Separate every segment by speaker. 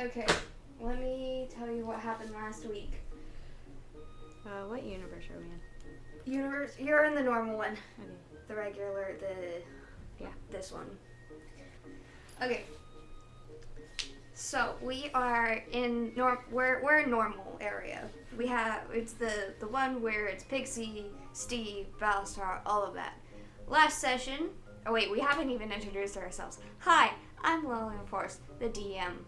Speaker 1: Okay, let me tell you what happened last week.
Speaker 2: Uh, what universe are we in?
Speaker 1: Universe, you're in the normal one,
Speaker 2: Okay.
Speaker 1: the regular, the
Speaker 2: Yeah.
Speaker 1: this one. Okay. So we are in norm. We're we're in normal area. We have it's the the one where it's Pixie, Steve, Battlestar, all of that. Last session. Oh wait, we haven't even introduced ourselves. Hi, I'm Lillian Force, the DM.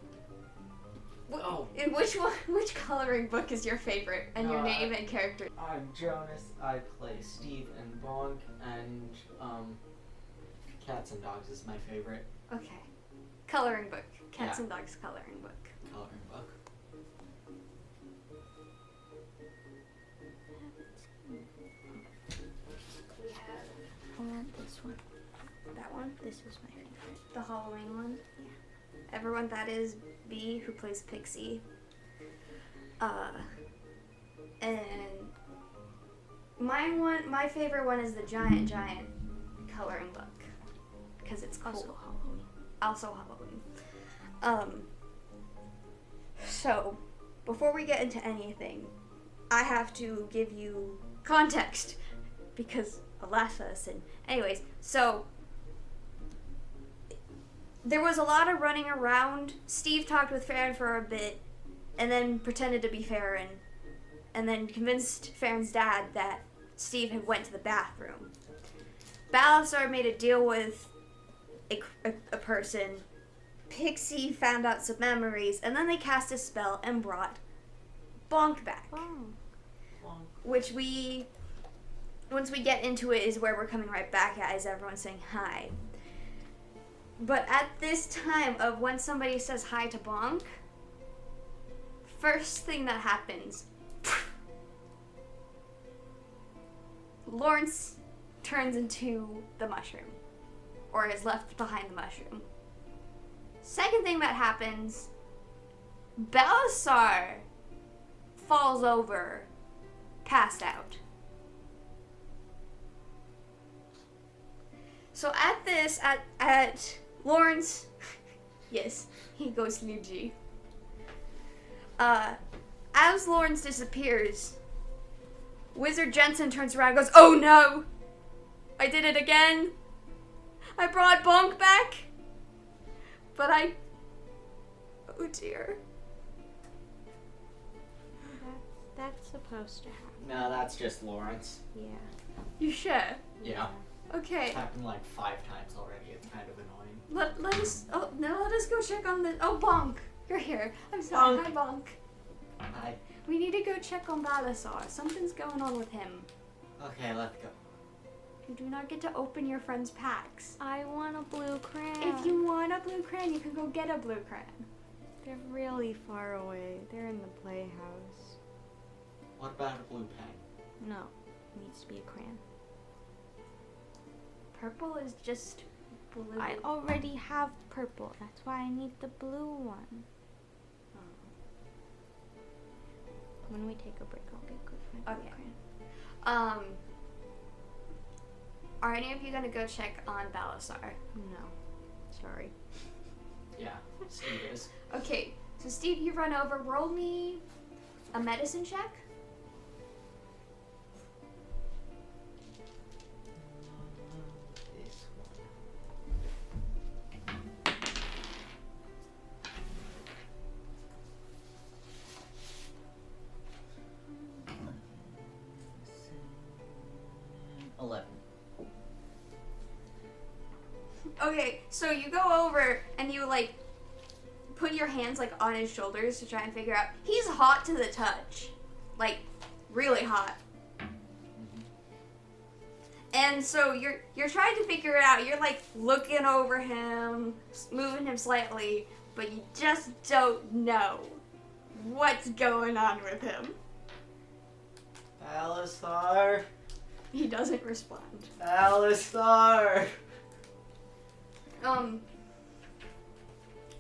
Speaker 1: Wh-
Speaker 3: Oh.
Speaker 1: In which one? Which coloring book is your favorite and your
Speaker 3: Uh,
Speaker 1: name and character?
Speaker 3: I'm uh, Jonas. I play Steve and Bonk, and um, cats and dogs is my favorite
Speaker 1: Okay. Coloring book. Cats
Speaker 3: Yeah.
Speaker 1: and Dogs coloring book.
Speaker 3: coloring book.
Speaker 1: We have
Speaker 2: I want this one.
Speaker 1: that one,
Speaker 2: This is my favorite.
Speaker 1: the Halloween one. Everyone, that is B, who plays Pixie. Uh, and my one, my favorite one is the giant giant coloring book because it's cool.
Speaker 2: Also Halloween.
Speaker 1: also Halloween. Um, so, before we get into anything, I have to give you context because Alaska is in. Anyways, so there was a lot of running around. Steve talked with Farron for a bit and then pretended to be Farron and then convinced Farron's dad that Steve had went to the bathroom. Ballastar made a deal with a, a, a person. Pixie found out some memories, and then they cast a spell and brought Bonk back.
Speaker 2: Oh.
Speaker 3: Bonk.
Speaker 1: Which we, once we get into it, is where we're coming right back at, is everyone saying hi. But at this time of when somebody says hi to Bonk, first thing that happens, Lawrence turns into the mushroom or is left behind the mushroom. Second thing that happens, Belisar falls over, passed out. So at this, at at Lawrence, yes, he goes to New G. Uh, as Lawrence disappears, Wizard Jensen turns around and goes, "Oh no, I did it again." I brought Bonk back, but I. Oh dear.
Speaker 2: That's supposed to happen.
Speaker 3: No, that's just Lawrence.
Speaker 2: Yeah.
Speaker 1: You sure?
Speaker 3: Yeah,
Speaker 1: Okay.
Speaker 3: it's happened like five times already. It's kind of annoying.
Speaker 1: Let, let us. Oh no. Let us go check on the. Oh Bonk, you're here. I'm sorry.
Speaker 3: Bonk.
Speaker 1: Hi Bonk.
Speaker 3: Hi.
Speaker 1: We need to go check on Balasar. Something's going on with him.
Speaker 3: Okay, let's go.
Speaker 1: You do not get to open your friend's packs.
Speaker 2: I want a blue crayon.
Speaker 1: If you want a blue crayon, you can go get a blue crayon.
Speaker 2: They're really far away. They're in the playhouse.
Speaker 3: What about a blue pen?
Speaker 2: No. It needs to be a crayon.
Speaker 1: Purple is just blue. Hmm.
Speaker 2: I already have purple. That's why I need the blue one. When we take a break, I'll get good my blue
Speaker 1: Okay.
Speaker 2: crayon.
Speaker 1: um. Are any of you gonna go check on Balasar?
Speaker 2: No. Sorry.
Speaker 3: Yeah, Steve is.
Speaker 1: Okay, so Steve, you run over. Roll me a medicine check.
Speaker 3: This one. Eleven.
Speaker 1: Okay, so you go over and you like put your hands like on his shoulders to try and figure out. He's hot to the touch, like really hot. And so you're you're trying to figure it out. You're like looking over him, s- moving him slightly, but you just don't know what's going on with him.
Speaker 3: Alistar!
Speaker 1: He doesn't respond.
Speaker 3: Alistar!
Speaker 1: Um,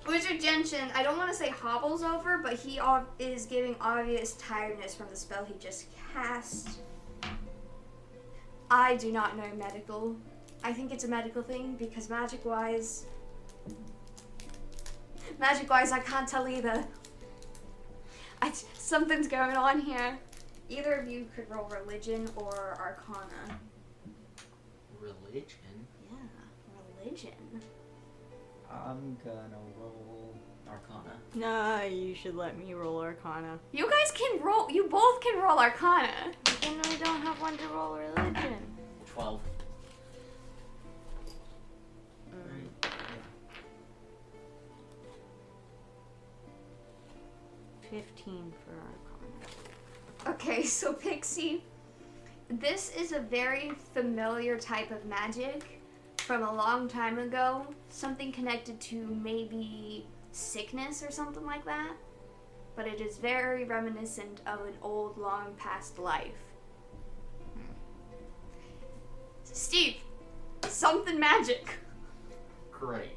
Speaker 1: Wizard Genshin, I don't want to say hobbles over, but he ob- is giving obvious tiredness from the spell he just cast. I do not know medical. I think it's a medical thing because magic wise. Magic wise, I can't tell either. I, something's going on here. Either of you could roll religion or arcana.
Speaker 3: Religion.
Speaker 1: Yeah, religion.
Speaker 4: I'm gonna roll Arcana.
Speaker 2: Nah, you should let me roll Arcana.
Speaker 1: You guys can roll. You both can roll arcana.
Speaker 2: Then I don't have one to roll religion.
Speaker 3: Twelve.
Speaker 2: Fifteen for Arcana.
Speaker 1: Okay, so Pixie, this is a very familiar type of magic from a long time ago. Something connected to maybe sickness or something like that. But it is very reminiscent of an old, long past life. Steve, something magic.
Speaker 3: Great.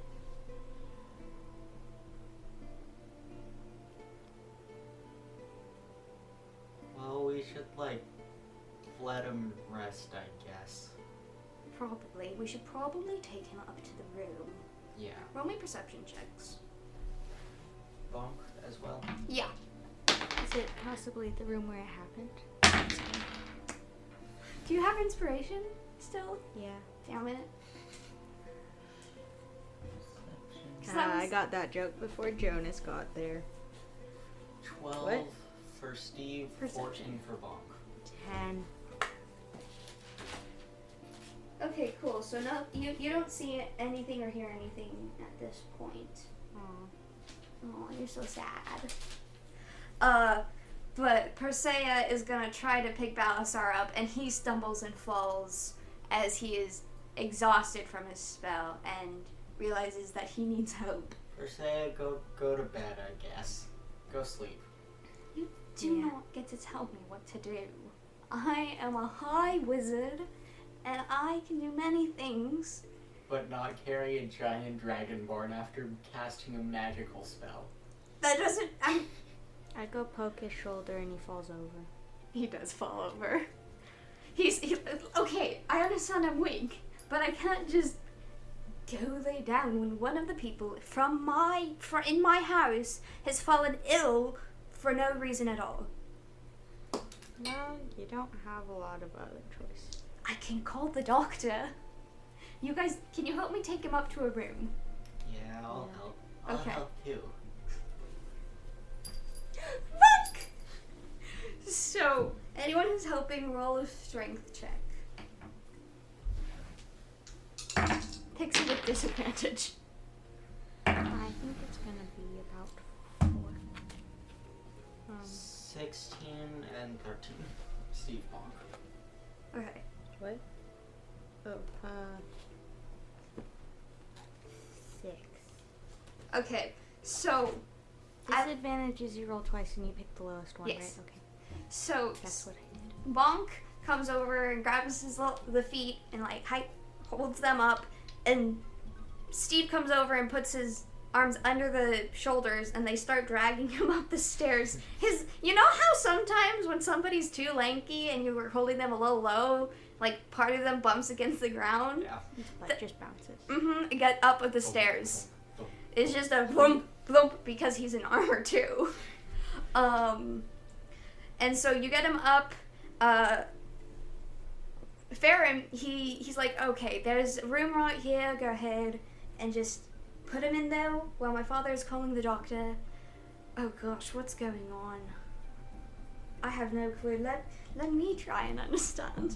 Speaker 3: Well, we should like let him rest, I guess.
Speaker 1: Probably. We should probably take him up to the room.
Speaker 3: Yeah.
Speaker 1: Roll me perception checks.
Speaker 3: Bonk as well.
Speaker 1: Yeah.
Speaker 2: Is it possibly the room where it happened?
Speaker 1: Do you have inspiration still?
Speaker 2: Yeah.
Speaker 1: Damn it.
Speaker 4: Perception.
Speaker 1: 'Cause that
Speaker 2: Ah, I
Speaker 1: was-
Speaker 2: got that joke before Jonas got there.
Speaker 3: Twelve
Speaker 2: What?
Speaker 3: for Steve.
Speaker 1: Perception.
Speaker 3: Fourteen for Bonk.
Speaker 2: Ten.
Speaker 1: Okay, cool. So no, you you don't see anything or hear anything at this point. Oh, you're so sad. Uh, but Persea is gonna try to pick Balasar up, and he stumbles and falls as he is exhausted from his spell and realizes that he needs help.
Speaker 3: Persea, go go to bed, I guess. Go sleep.
Speaker 1: Do
Speaker 2: Yeah.
Speaker 1: not get to tell me what to do. I am a high wizard, and I can do many things.
Speaker 3: But not carry a giant dragonborn after casting a magical spell.
Speaker 1: That doesn't. i
Speaker 2: I go poke his shoulder and he falls over.
Speaker 1: He does fall over. He's he, okay. I understand I'm weak, but I can't just go lay down when one of the people from my fr in my house has fallen ill for no reason at all.
Speaker 2: Well, you don't have a lot of other choice.
Speaker 1: I can call the doctor. You guys, can you help me take him up to a room?
Speaker 3: Yeah, I'll
Speaker 2: Yeah.
Speaker 3: help. I'll
Speaker 1: Okay.
Speaker 3: help you.
Speaker 1: Fuck. So, anyone who's helping, roll a strength check. Pixie with disadvantage.
Speaker 2: I think it's gonna be about four. Um,
Speaker 3: 16 and 13. Steve Bonk.
Speaker 1: Okay.
Speaker 2: what? Oh, uh, six.
Speaker 1: Okay, so I-
Speaker 2: Disadvantage is you roll twice and you pick the lowest one,
Speaker 1: Yes.
Speaker 2: right? Okay,
Speaker 1: so
Speaker 2: that's what I did.
Speaker 1: Bonk comes over and grabs his l- the feet and like hi- holds them up, and Steve comes over and puts his arms under the shoulders, and they start dragging him up the stairs. His, you know how sometimes when somebody's too lanky and you were holding them a little low, like part of them bumps against the ground.
Speaker 3: Yeah. Oh,
Speaker 2: His butt
Speaker 1: Th-
Speaker 2: just bounces.
Speaker 1: Mm-hmm. Get up with the stairs. It's just a boom, boom because he's in armor too. Um, and so you get him up. Uh, Farron, he he's like, okay, there's a room right here. Go ahead and just put him in there while my father is calling the doctor. Oh gosh, what's going on? I have no clue. Let let me try and understand.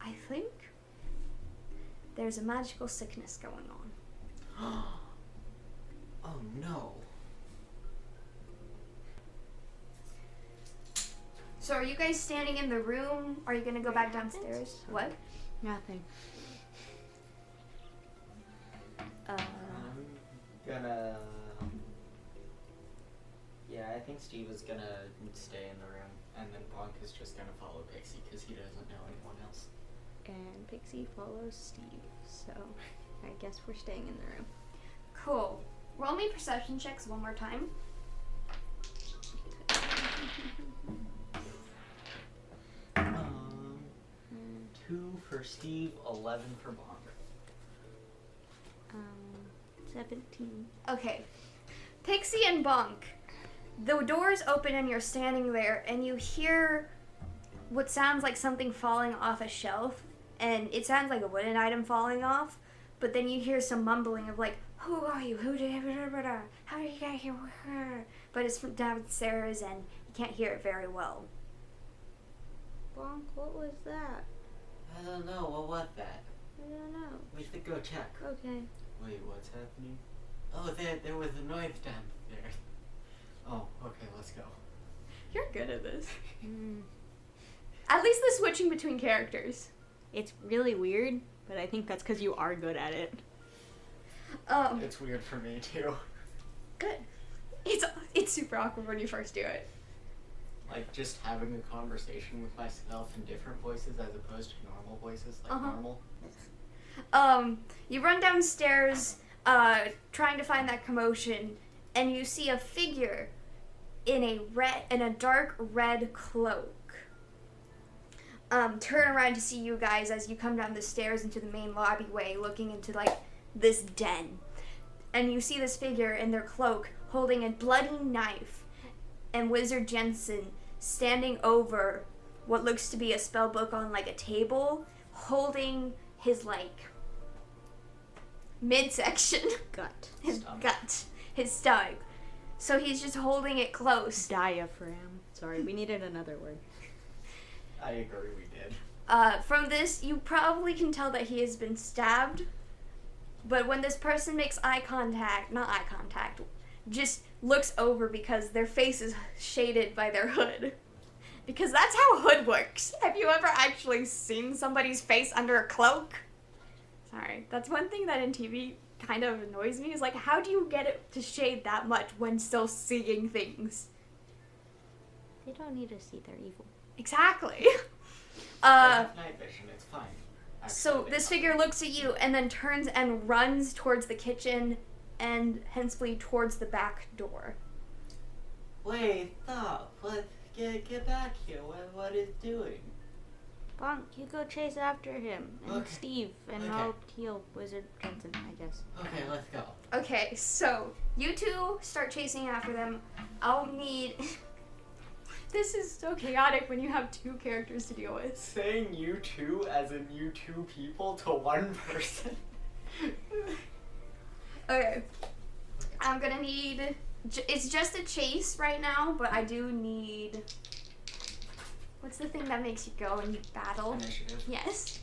Speaker 1: I think there's a magical sickness going on.
Speaker 3: oh no.
Speaker 1: So are you guys standing in the room? Are you gonna go back downstairs? What?
Speaker 2: Nothing. Uh,
Speaker 3: I'm gonna. Yeah, I think Steve is gonna stay in the room, and then Bonk is just gonna follow Pixie because he doesn't know anyone else.
Speaker 2: and Pixie follows Steve, so I guess we're staying in the room.
Speaker 1: Cool. Roll me perception checks one more time.
Speaker 3: Um, two for Steve, eleven for Bonk.
Speaker 2: Um, Seventeen.
Speaker 1: Okay. Pixie and Bunk. The doors open and you're standing there and you hear what sounds like something falling off a shelf and it sounds like a wooden item falling off, but then you hear some mumbling of like, "Who are you? Who did How did you get here?" But it's from downstairs and you can't hear it very well.
Speaker 2: Bonk, what was that?
Speaker 3: I don't know. What was that?
Speaker 2: I don't know.
Speaker 3: We should go check.
Speaker 2: Okay.
Speaker 3: Wait, what's happening? Oh, there, there was a noise down there. Oh, okay, let's go.
Speaker 2: You're good at this. Hmm,
Speaker 1: At least the switching between characters.
Speaker 2: It's really weird, but I think that's because you are good at it.
Speaker 1: Um,
Speaker 3: It's weird for me too.
Speaker 1: good. It's it's super awkward when you first do it.
Speaker 3: Like just having a conversation with myself in different voices as opposed to normal voices, like
Speaker 1: Uh-huh.
Speaker 3: normal.
Speaker 1: Um, you run downstairs, uh, trying to find that commotion, and you see a figure in a red, in a dark red cloak. Um, turn around to see you guys as you come down the stairs into the main lobby way, looking into like this den, and you see this figure in their cloak holding a bloody knife, and Wizard Jensen standing over what looks to be a spell book on like a table, holding his like midsection,
Speaker 2: Gut.
Speaker 1: his
Speaker 3: Stomach.
Speaker 1: gut, his stomach. So he's just holding it close.
Speaker 2: Diaphragm. Sorry, we needed another word.
Speaker 3: I agree, we did.
Speaker 1: Uh, from this, you probably can tell that he has been stabbed. But when this person makes eye contact, not eye contact, just looks over because their face is shaded by their hood. Because that's how hood works. Have you ever actually seen somebody's face under a cloak? Sorry, that's one thing that in TV kind of annoys me is like, how do you get it to shade that much when still seeing things?
Speaker 2: They don't need to see their evil.
Speaker 1: Exactly. Uh,
Speaker 3: I have night vision, it's fine.
Speaker 1: So
Speaker 3: Actually,
Speaker 1: this
Speaker 3: they-
Speaker 1: figure looks at you and then turns and runs towards the kitchen and henceforth towards the back door.
Speaker 3: Wait, stop! What? Get get back here! What what is doing?
Speaker 2: Bonk, you go chase after him and
Speaker 3: Okay.
Speaker 2: Steve, and
Speaker 3: Okay.
Speaker 2: I'll heal Wizard Jensen, I guess.
Speaker 3: Okay, let's go.
Speaker 1: Okay, so you two start chasing after them. I'll need. this is so chaotic when you have two characters to deal with.
Speaker 3: Saying you two as in you two people to one person.
Speaker 1: Okay. I'm gonna need. j- It's just a chase right now, but I do need. What's the thing that makes you go and you battle?
Speaker 3: Initiative.
Speaker 1: Yes.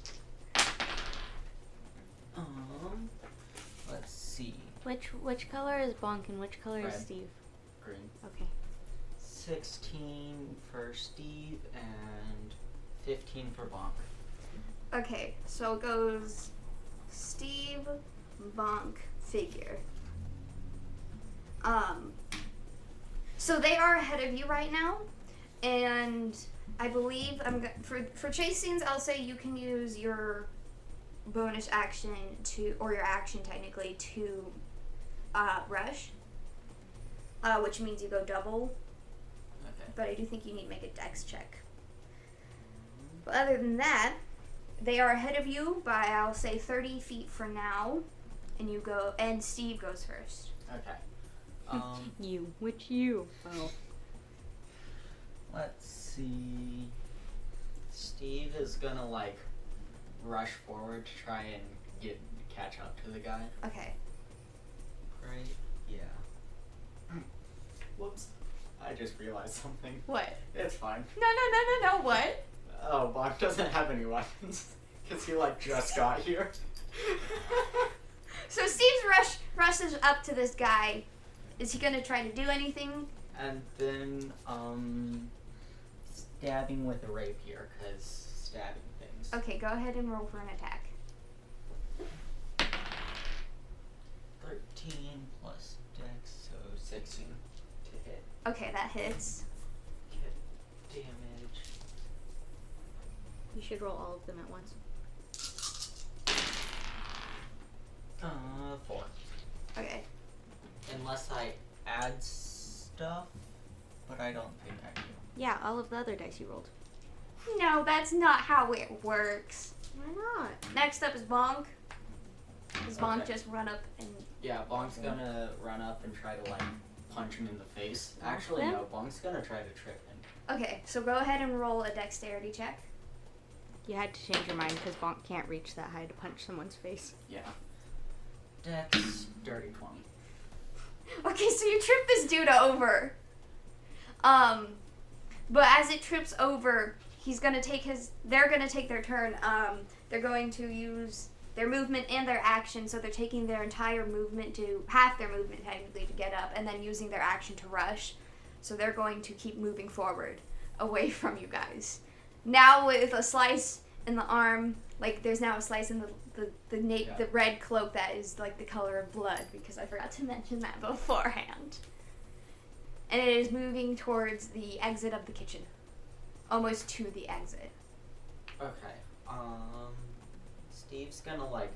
Speaker 4: Um, let's see.
Speaker 2: Which which color is Bonk and which color
Speaker 3: Red.
Speaker 2: is Steve?
Speaker 3: Green.
Speaker 2: Okay.
Speaker 3: 16 for Steve and 15 for Bonk.
Speaker 1: Okay, so it goes Steve Bonk figure. Um so they are ahead of you right now and I believe I'm go- for for chase scenes I'll say you can use your bonus action to or your action technically to uh, rush uh, which means you go double
Speaker 3: Okay.
Speaker 1: but I do think you need to make a dex check. But other than that, they are ahead of you by I'll say 30 feet for now, and you go and Steve goes first.
Speaker 3: Okay. Um,
Speaker 2: You. Which you? Oh.
Speaker 4: Let's see.
Speaker 3: Steve is gonna like rush forward to try and get catch up to the guy.
Speaker 1: Okay.
Speaker 3: Right? Yeah. Whoops. I just realized something.
Speaker 1: What?
Speaker 3: It's fine.
Speaker 1: No, no, no, no, no. What?
Speaker 3: Oh, Bonk doesn't have any weapons because he like just got here.
Speaker 1: So Steve's rush rushes up to this guy. Is he gonna try to do anything?
Speaker 3: and then um, stabbing with a rapier because stabbing things.
Speaker 1: Okay, go ahead and roll for an attack.
Speaker 3: Thirteen plus dex, so sixteen to hit.
Speaker 1: Okay, that hits.
Speaker 3: Hit damage.
Speaker 2: You should roll all of them at once.
Speaker 3: Uh, four.
Speaker 1: Okay.
Speaker 3: Unless I add stuff, but I don't think I do.
Speaker 2: Yeah, all of the other dice you rolled.
Speaker 1: No, that's not how it works.
Speaker 2: Why not?
Speaker 1: Next up is Bonk. Is Bonk
Speaker 4: Okay.
Speaker 1: just run up and
Speaker 3: Yeah, Bonk's
Speaker 4: He's
Speaker 3: gonna
Speaker 4: gonna run up and try to like punch him in the face.
Speaker 3: actually
Speaker 1: Then-
Speaker 3: no. Bonk's gonna try to trip him.
Speaker 1: Okay, so go ahead and roll a dexterity check.
Speaker 2: You had to change your mind because Bonk can't reach that high to punch someone's face.
Speaker 3: Yeah. Dex dirty twenty.
Speaker 1: Okay, so you trip this dude over. Um but as it trips over, he's gonna take his they're gonna take their turn. Um they're going to use their movement and their action, so they're taking their entire movement to half their movement technically to get up and then using their action to rush. So they're going to keep moving forward away from you guys. Now with a slice in the arm, like there's now a slice in the the the, na-
Speaker 3: Yeah.
Speaker 1: the red cloak that is like the color of blood because I forgot to mention that beforehand. And it is moving towards the exit of the kitchen. Almost to the exit.
Speaker 3: Okay. Um, Steve's gonna like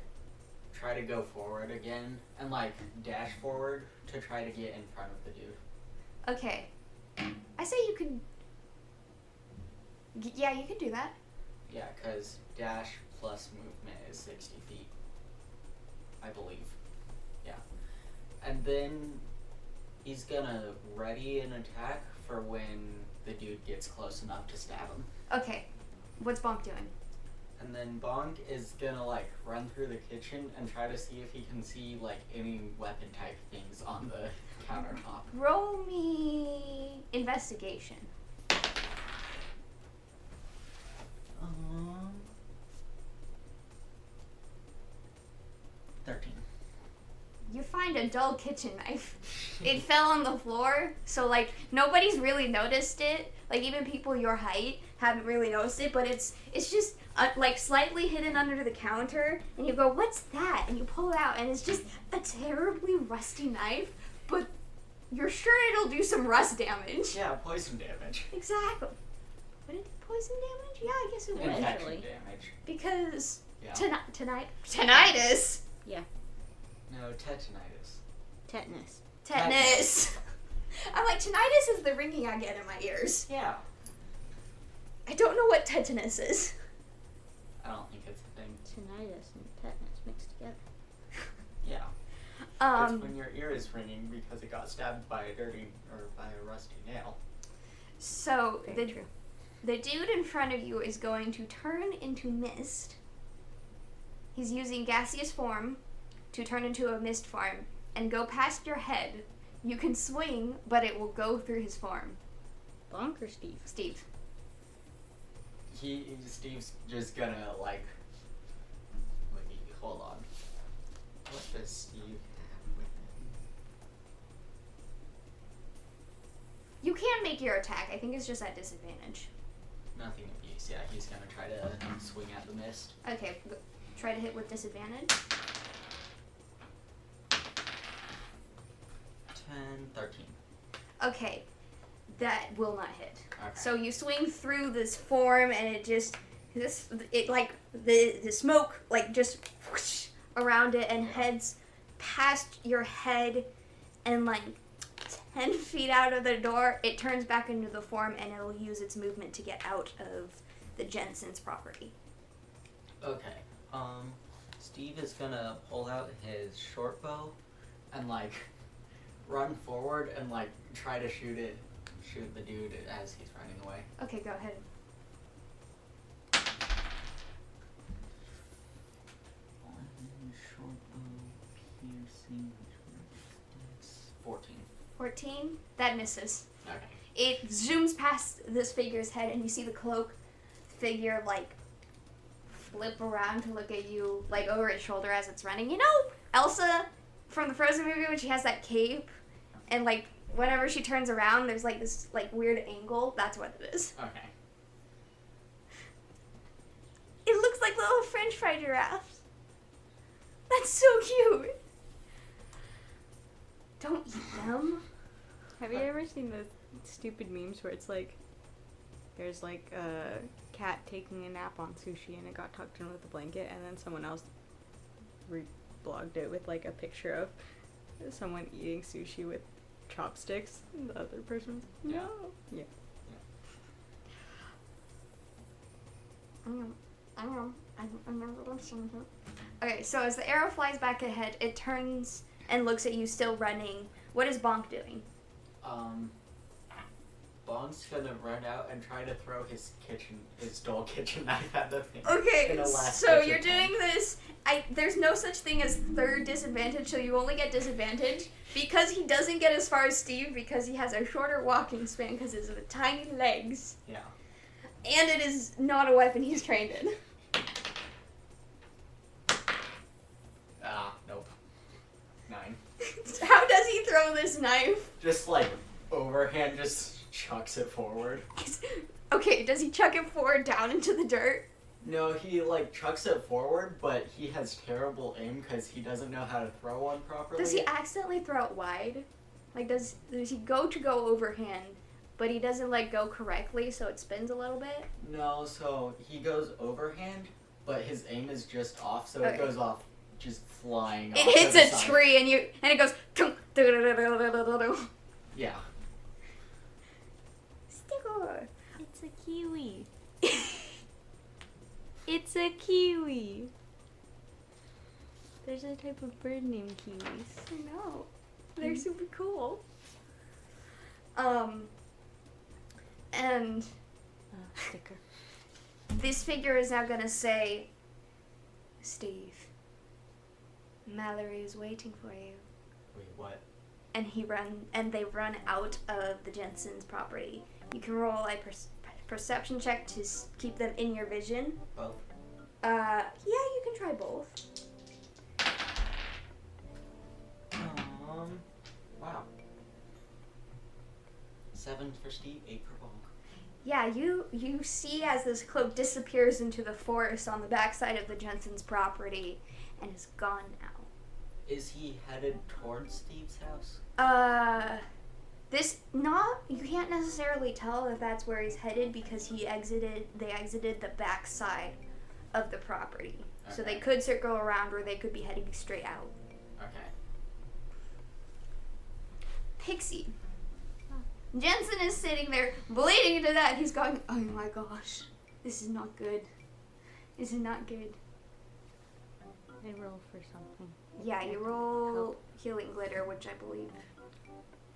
Speaker 3: try to go forward again and like dash forward to try to get in front of the dude.
Speaker 1: Okay. I say you can Y- Yeah, you can do that.
Speaker 3: Yeah, cause dash plus movement is sixty feet, I believe. Yeah, and then he's gonna ready an attack for when the dude gets close enough to stab him.
Speaker 1: Okay. What's Bonk doing?
Speaker 3: And then Bonk is gonna like run through the kitchen and try to see if he can see like any weapon type things on the countertop.
Speaker 1: Roll me investigation.
Speaker 4: Um, thirteen.
Speaker 1: You find a dull kitchen knife. It fell on the floor, so like nobody's really noticed it. Like even people your height haven't really noticed it, but it's it's just uh, like slightly hidden under the counter, and you go, "What's that?" and you pull it out, and it's just a terribly rusty knife, but you're sure it'll do some rust damage.
Speaker 3: yeah, poison damage.
Speaker 1: Exactly. Would it do poison damage? Yeah, I guess it would.
Speaker 3: Infection
Speaker 2: Eventually.
Speaker 3: damage.
Speaker 1: Because
Speaker 3: Yeah.
Speaker 1: tonight, tonight, tinnitus,
Speaker 3: no, tetanitis.
Speaker 2: Tetanus.
Speaker 1: tetanus.
Speaker 3: Tetanus.
Speaker 1: I'm like tinnitus is the ringing I get in my ears.
Speaker 3: Yeah.
Speaker 1: I don't know what tetanus is.
Speaker 3: I don't think it's a thing.
Speaker 2: Tinnitus and tetanus mixed together.
Speaker 3: Yeah. it's
Speaker 1: Um,
Speaker 3: when your ear is ringing because it got stabbed by a dirty or by a rusty nail.
Speaker 1: so
Speaker 2: Very
Speaker 1: the the dude in front of you is going to turn into mist. He's using gaseous form to turn into a mist form and go past your head. You can swing, but it will go through his form.
Speaker 2: Bonker Steve.
Speaker 1: Steve.
Speaker 3: He Steve's just gonna like. Wait, hold on. What does Steve have with him?
Speaker 1: You can make your attack. I think it's just at disadvantage.
Speaker 3: Nothing abuse. Yeah, he's gonna try to swing at the mist.
Speaker 1: Okay, w- try to hit with disadvantage.
Speaker 3: 10, 13.
Speaker 1: Okay, that will not hit.
Speaker 3: Okay.
Speaker 1: So you swing through this form, and it just this it like the the smoke like just whoosh around it and
Speaker 3: Yeah.
Speaker 1: heads past your head, and like ten feet out of the door, it turns back into the form, and it'll use its movement to get out of the Jensen's property.
Speaker 3: okay. Um, Steve is gonna pull out his short bow and like run forward and like try to shoot it, shoot the dude as he's running away.
Speaker 1: Okay, go ahead.
Speaker 4: One short bow piercing.
Speaker 3: It's 14.
Speaker 1: Fourteen. That misses.
Speaker 3: Okay.
Speaker 1: it zooms past this figure's head and you see the cloak figure like flip around to look at you like over its shoulder as it's running you know elsa from the frozen movie when she has that cape and like whenever she turns around there's like this like weird angle that's what it is
Speaker 3: Okay.
Speaker 1: it looks like little french fry giraffes that's so cute don't eat them
Speaker 2: Have you ever seen those stupid memes where it's like there's like a cat taking a nap on sushi and it got tucked in with a blanket and then someone else reblogged it with like a picture of someone eating sushi with chopsticks and the other person's
Speaker 3: Yeah.
Speaker 2: no. Yeah.
Speaker 1: I know. I know. I, I know what I'm saying. Okay, so as the arrow flies back ahead, it turns and looks at you, still running. What is Bonk doing?
Speaker 3: Um, Bong's gonna run out and try to throw his kitchen, his dull kitchen knife at the thing.
Speaker 1: Okay,
Speaker 3: Gonna last
Speaker 1: so
Speaker 3: such a
Speaker 1: you're
Speaker 3: time.
Speaker 1: doing this. I there's no such thing as third disadvantage, so you only get disadvantage because he doesn't get as far as Steve because he has a shorter walking span because of his tiny legs,
Speaker 3: Yeah.
Speaker 1: and it is not a weapon he's trained in.
Speaker 3: Ah, nope. Nine.
Speaker 1: How does he throw this knife?
Speaker 3: Just like overhand, just chucks it forward.
Speaker 1: Okay, does he chuck it forward down into the dirt?
Speaker 3: No, he like chucks it forward, but he has terrible aim because he doesn't know how to throw one properly.
Speaker 1: Does he accidentally throw it wide? Like does does he go to go overhand, but he doesn't like go correctly, so it spins a little bit?
Speaker 3: No, so he goes overhand, but his aim is just off, so
Speaker 1: Okay.
Speaker 3: it goes off just flying. off to
Speaker 1: It hits
Speaker 3: the
Speaker 1: a
Speaker 3: side.
Speaker 1: tree and you and it goes. "Tunk, doo-doo-doo-doo-doo-doo-doo-doo."
Speaker 3: Yeah.
Speaker 1: Sticker.
Speaker 2: It's a kiwi. It's a kiwi. There's a type of bird named kiwis.
Speaker 1: I know. They're super cool. Um. And
Speaker 2: Uh, sticker.
Speaker 1: this figure is now gonna say, Steve. Mallory is waiting for you.
Speaker 3: Wait, what?
Speaker 1: and he run and they run out of the Jensen's property. You can roll a per- perception check to s- keep them in your vision.
Speaker 3: Both?
Speaker 1: Uh, yeah, you can try both.
Speaker 3: Um. Wow. Seven for Steve, eight for Bonk.
Speaker 1: Yeah, you you see as this cloak disappears into the forest on the backside of the Jensen's property, and is gone now.
Speaker 3: Is he headed towards Steve's house?
Speaker 1: Uh, this not you can't necessarily tell if that's where he's headed because he exited they exited the backside of the property, so they
Speaker 3: Okay.
Speaker 1: could circle around or they could be heading straight out.
Speaker 3: Okay.
Speaker 1: Pixie. Jensen is sitting there bleeding to death. He's going, Oh my gosh, this is not good. This is not good.
Speaker 2: I roll for something.
Speaker 1: Yeah, you roll
Speaker 2: Help.
Speaker 1: healing glitter, which I believe.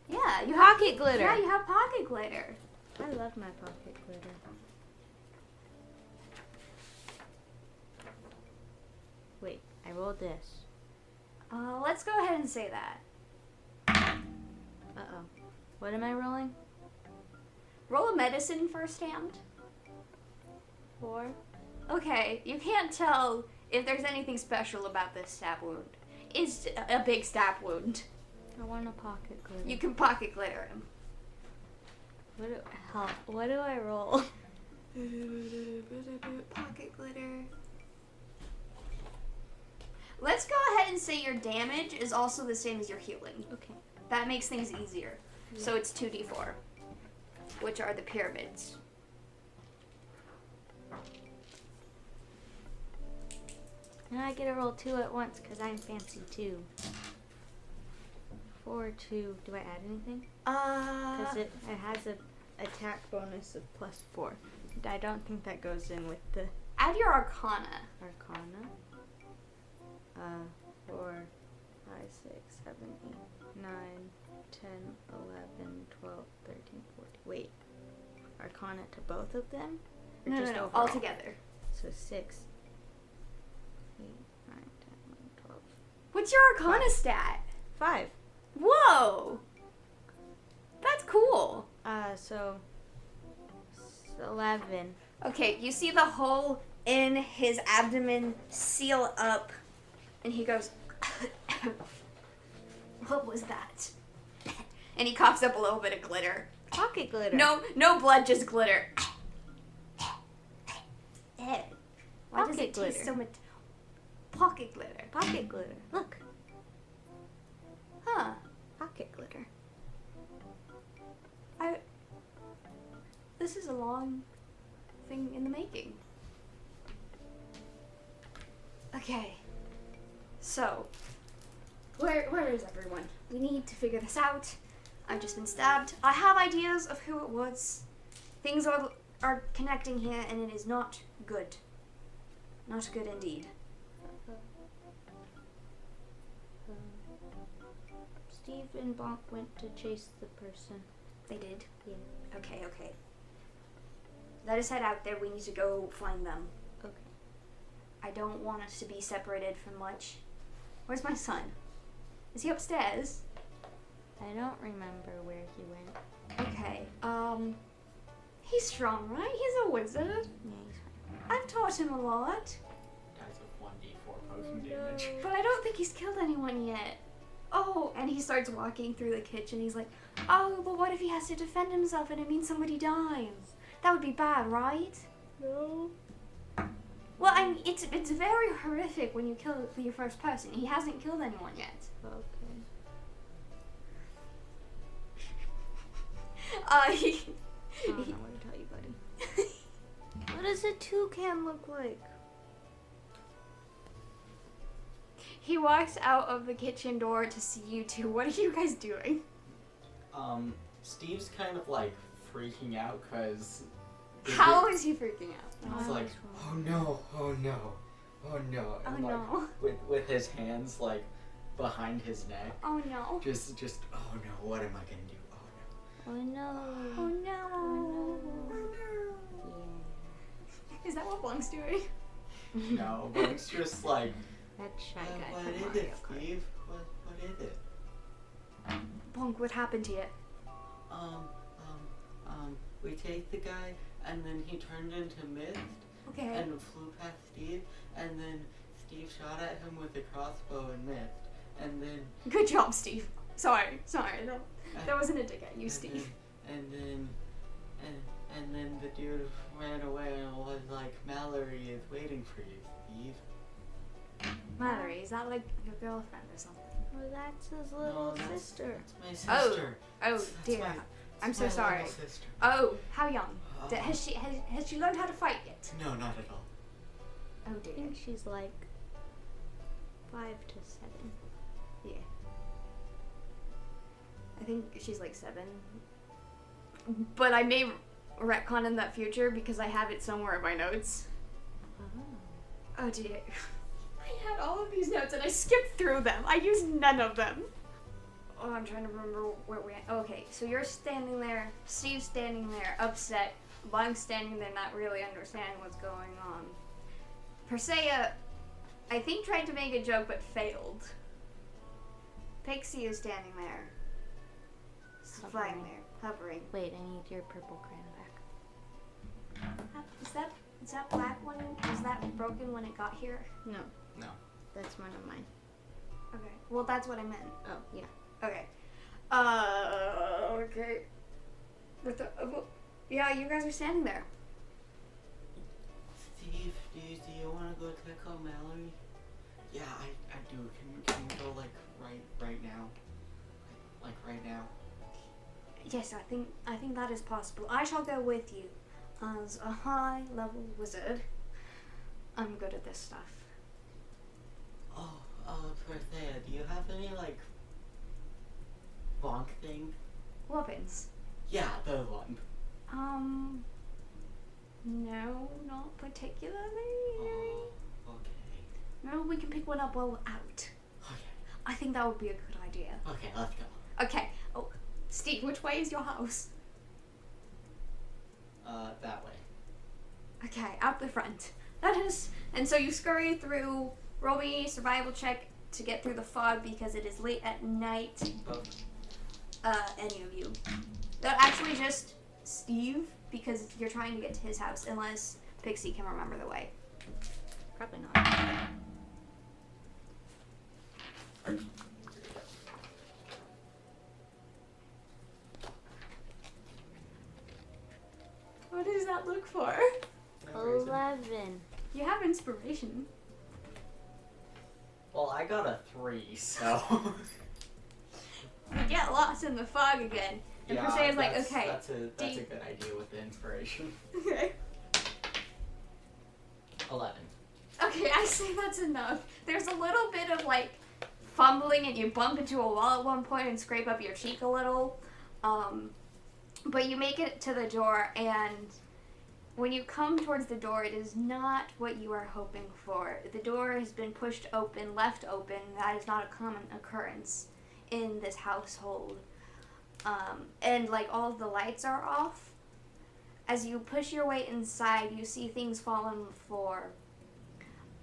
Speaker 1: Yeah, you have
Speaker 2: Pocket glitter.
Speaker 1: Yeah, you have pocket glitter.
Speaker 2: I love my pocket glitter. Wait, I rolled this.
Speaker 1: Uh, let's go ahead and say that.
Speaker 2: Uh oh. What am I rolling?
Speaker 1: Roll a medicine first hand.
Speaker 2: Four.
Speaker 1: Okay, you can't tell if there's anything special about this stab wound. It's a big stab wound.
Speaker 2: I want a pocket glitter.
Speaker 1: You can pocket glitter him.
Speaker 2: What do, hell, what do I roll?
Speaker 1: Pocket glitter. Let's go ahead and say your damage is also the same as your healing.
Speaker 2: Okay.
Speaker 1: That makes things easier. So it's 2d4, which are the pyramids.
Speaker 2: Now I get to roll two at once because I'm fancy too. Four, two. Do I add anything?
Speaker 1: Uh,
Speaker 2: Because it, it has a attack bonus of plus four. I don't think that goes in with the
Speaker 1: add your arcana.
Speaker 2: Arcana. Uh, four, five, six, seven, eight, nine, ten, eleven, twelve, thirteen, fourteen. Wait, Arcana to both of them? Or
Speaker 1: No, no,
Speaker 2: just
Speaker 1: no,
Speaker 2: overall?
Speaker 1: all together.
Speaker 2: So six, eight, nine, ten, eleven, twelve.
Speaker 1: What's your arcana stat?
Speaker 2: Five.
Speaker 1: Whoa! That's cool.
Speaker 2: Uh, so s- eleven.
Speaker 1: Okay, you see the hole in his abdomen seal up, and he goes, What was that? And he coughs up a little bit of glitter.
Speaker 2: Pocket glitter.
Speaker 1: No, no blood, just glitter. Why does
Speaker 2: Pocket
Speaker 1: it
Speaker 2: glitter.
Speaker 1: taste so much? Pocket glitter.
Speaker 2: Pocket glitter. Look,
Speaker 1: Huh.
Speaker 2: pocket glitter.
Speaker 1: I. This is a long thing in the making. Okay. So, where where is everyone? We need to figure this out. I've just been stabbed. I have ideas of who it was. Things are are connecting here, and it is not good. Not good indeed.
Speaker 5: Steve and Bonk went to chase the person.
Speaker 1: They did?
Speaker 5: Yeah.
Speaker 1: Okay, okay. Let us head out there. We need to go find them.
Speaker 5: Okay.
Speaker 1: I don't want us to be separated from much. Where's my son? Is he upstairs?
Speaker 5: I don't remember where he went.
Speaker 1: Okay, um. He's strong, right? He's a wizard.
Speaker 5: Yeah, he's fine.
Speaker 1: I've taught him a lot,
Speaker 3: Dies of 1d4 potion damage.
Speaker 1: but I don't think he's killed anyone yet. Oh, and he starts walking through the kitchen. He's like, oh, but what if he has to defend himself and it means somebody dies? That would be bad, right?
Speaker 2: No.
Speaker 1: Well, I mean, it's it's very horrific when you kill your first person. He hasn't killed anyone yet.
Speaker 5: Okay.
Speaker 1: Uh, he,
Speaker 5: I
Speaker 2: Oh,
Speaker 5: don't know what to tell you, buddy. What does a toucan look like?
Speaker 1: he walks out of the kitchen door to see you two. What are you guys doing?
Speaker 3: Um, Steve's kind of like freaking out because.
Speaker 1: How is he freaking out?
Speaker 3: It's like, oh no, oh no, oh no.
Speaker 1: Oh
Speaker 3: And like,
Speaker 1: no!
Speaker 3: With, with his hands like behind his neck.
Speaker 1: Oh no!
Speaker 3: Just, just, oh no, what am I gonna do? Oh
Speaker 5: Oh no.
Speaker 1: Oh no!
Speaker 5: Yeah.
Speaker 1: Is that what Blank's doing?
Speaker 3: no. No, but it's just like,
Speaker 5: That's shy
Speaker 3: uh,
Speaker 5: guy
Speaker 3: what
Speaker 5: from
Speaker 3: is
Speaker 5: Mario
Speaker 3: it,
Speaker 5: Kart.
Speaker 3: Steve? What, what is it?
Speaker 1: Blank, what happened to you?
Speaker 3: Um, um, um, we take the guy, and then he turned into mist,
Speaker 1: Okay.
Speaker 3: and flew past Steve, and then Steve shot at him with a crossbow and missed, and then
Speaker 1: Good job, Steve. Sorry, sorry. That, that wasn't a dig at you,
Speaker 3: and
Speaker 1: Steve.
Speaker 3: Then, and then, and, and then the dude ran away and was like, Mallory is waiting for you, Steve.
Speaker 1: Mallory, is that like your girlfriend or something?
Speaker 5: Well, that's his little
Speaker 3: that's-
Speaker 5: sister.
Speaker 3: It's my
Speaker 1: Oh,
Speaker 3: sister.
Speaker 1: Oh
Speaker 3: It's- that's
Speaker 1: dear.
Speaker 3: my-
Speaker 1: I'm
Speaker 3: it's
Speaker 1: so
Speaker 3: my
Speaker 1: sorry.
Speaker 3: Little sister.
Speaker 1: Oh, how young?
Speaker 3: Uh,
Speaker 1: D- Has she has, has she learned how to fight yet?
Speaker 3: no, not at all.
Speaker 1: Oh
Speaker 5: I
Speaker 1: dear.
Speaker 5: think she's like five to seven.
Speaker 1: I think she's like seven. But I may retcon in that future because I have it somewhere in my notes. Oh dear. I had all of these notes and I skipped through them. I used none of them. Oh, I'm trying to remember where we. Okay, so you're standing there. Steve's standing there, upset. I'm standing there, not really understanding what's going on. Persea, I think tried to make a joke but failed. Pixie is standing there, flying
Speaker 5: Hovering.
Speaker 1: there, hovering.
Speaker 5: Wait, I need your purple crown back.
Speaker 1: Is that is that black one? Is that broken when it got here?
Speaker 5: No.
Speaker 3: No.
Speaker 5: That's one of mine.
Speaker 1: Okay. Well, that's what I meant.
Speaker 5: Oh, yeah.
Speaker 1: Okay. Uh, okay. What the, uh, well, yeah, you guys are standing there.
Speaker 3: Steve, do you, do you want to go check on Mallory? Yeah, I, I do. Can we, can we go like right right now? Like, like right now?
Speaker 1: Yes, I think I think that is possible. I shall go with you, as a high level wizard. I'm good at this stuff.
Speaker 3: Oh, uh, Prethea, do you have any like bonk thing?
Speaker 1: Weapons.
Speaker 3: Yeah, the one.
Speaker 1: Um. No, not particularly.
Speaker 3: Oh, okay.
Speaker 1: No, we can pick one up while we're out.
Speaker 3: Okay,
Speaker 1: I think that would be a good idea.
Speaker 3: okay, let's go.
Speaker 1: Okay. Oh, Steve, which way is your house?
Speaker 3: Uh, that way.
Speaker 1: Okay, out the front. That is, and so you scurry through. Roll me a survival check to get through the fog because it is late at night.
Speaker 3: Both.
Speaker 1: Uh, any of you? No, actually, just Steve because you're trying to get to his house. Unless Pixie can remember the way.
Speaker 5: Probably not.
Speaker 1: What does that look for?
Speaker 5: Eleven.
Speaker 1: You have inspiration.
Speaker 3: Well, I got a three, so.
Speaker 1: You get lost in the fog again. And Perseus like,
Speaker 3: that's-
Speaker 1: okay,
Speaker 3: That's a that's
Speaker 1: you-
Speaker 3: a good idea with the inspiration.
Speaker 1: Okay.
Speaker 3: Eleven.
Speaker 1: Okay, I say that's enough. There's a little bit of like fumbling, and you bump into a wall at one point and scrape up your cheek a little. Um, but you make it to the door, and when you come towards the door, it is not what you are hoping for. The door has been pushed open, left open. That is not a common occurrence. in this household, um, and like all of the lights are off. As you push your way inside, you see things fall on the floor,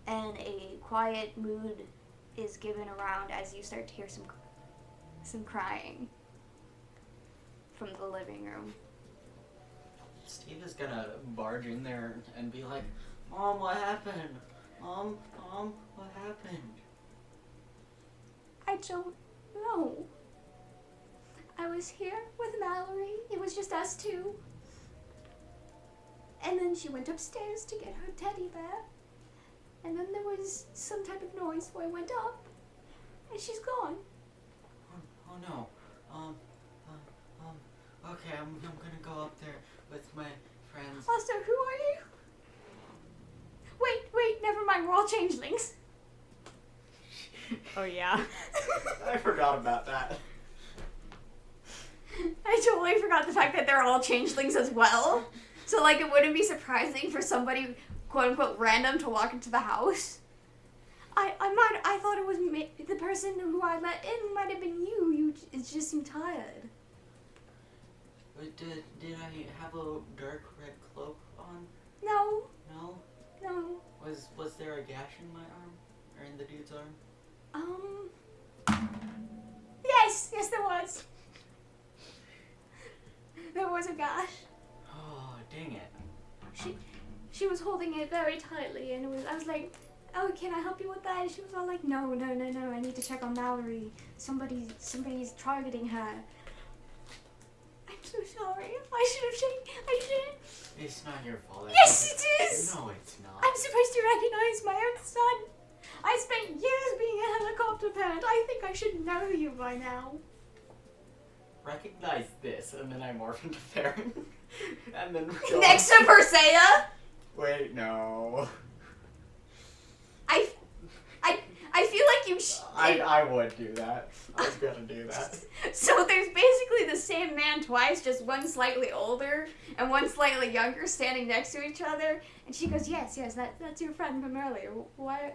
Speaker 1: and a quiet mood is given around as you start to hear some cr- some crying from the living room.
Speaker 3: Steve is gonna barge in there and be like, Mom, what happened? Mom, Mom, what happened?
Speaker 1: I don't know. I was here with Mallory. It was just us two. And then she went upstairs to get her teddy bear. And then there was some type of noise, so I went up. And she's gone.
Speaker 3: Oh, oh no. Um, uh, um, okay, I'm, I'm gonna go up there with my friends.
Speaker 1: Also, who are you? Wait, wait, never mind. We're all changelings.
Speaker 2: Oh yeah.
Speaker 3: I forgot about that.
Speaker 1: I totally forgot the fact that they're all changelings as well. So, like, it wouldn't be surprising for somebody, quote unquote, random to walk into the house. I, I might, I thought it was ma- the person who I let in might have been you. You, j- it just seemed tired.
Speaker 3: But did, did I have a dark red cloak on?
Speaker 1: No,
Speaker 3: No?
Speaker 1: no.
Speaker 3: Was was there a gash in my arm? Or in the dude's arm?
Speaker 1: Um. Yes, yes, there was. There was a gash.
Speaker 3: Oh, dang it.
Speaker 1: She, she was holding it very tightly, and it was. I was like, "Oh, can I help you with that?" And she was all like, "No, no, no, no. I need to check on Mallory. Somebody's, somebody's targeting her." I'm so sorry. I should have checked. I shouldn't.
Speaker 3: It's not your fault.
Speaker 1: Yes, it is.
Speaker 3: No, it's not.
Speaker 1: I'm supposed to recognize my own son. I spent years being a helicopter parent. I think I should know you by now.
Speaker 3: Recognize this, and then I morph into Farron. and then.
Speaker 1: Next to Persea,
Speaker 3: Wait, no.
Speaker 1: I, I, I feel like you. Sh-
Speaker 3: I, I would do that. I was gonna do that.
Speaker 1: So there's basically the same man twice, just one slightly older and one slightly younger standing next to each other. And she goes, Yes, yes, that, that's your friend from earlier. Why?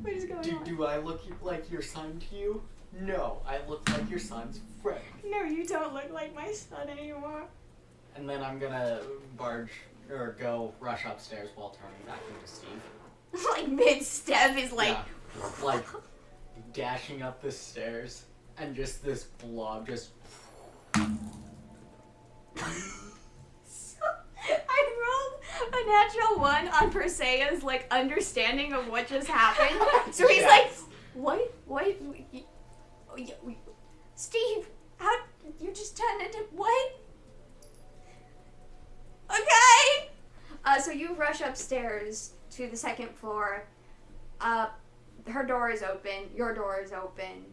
Speaker 1: What is going
Speaker 3: Do,
Speaker 1: on?
Speaker 3: do I look like your son to you? No, I look like your son's friend.
Speaker 1: No, you don't look like my son anymore.
Speaker 3: And then I'm gonna barge or go rush upstairs while turning back into Steve.
Speaker 1: like mid step is like.
Speaker 3: Yeah, like dashing up the stairs, and just this blob just.
Speaker 1: So, I rolled a natural one on Persea's like understanding of what just happened. So he's like, "What? What? We- y- oh, yeah, we- Steve, how you just turned into what?" Okay. Uh, so you rush upstairs to the second floor. Uh, her door is open. Your door is open.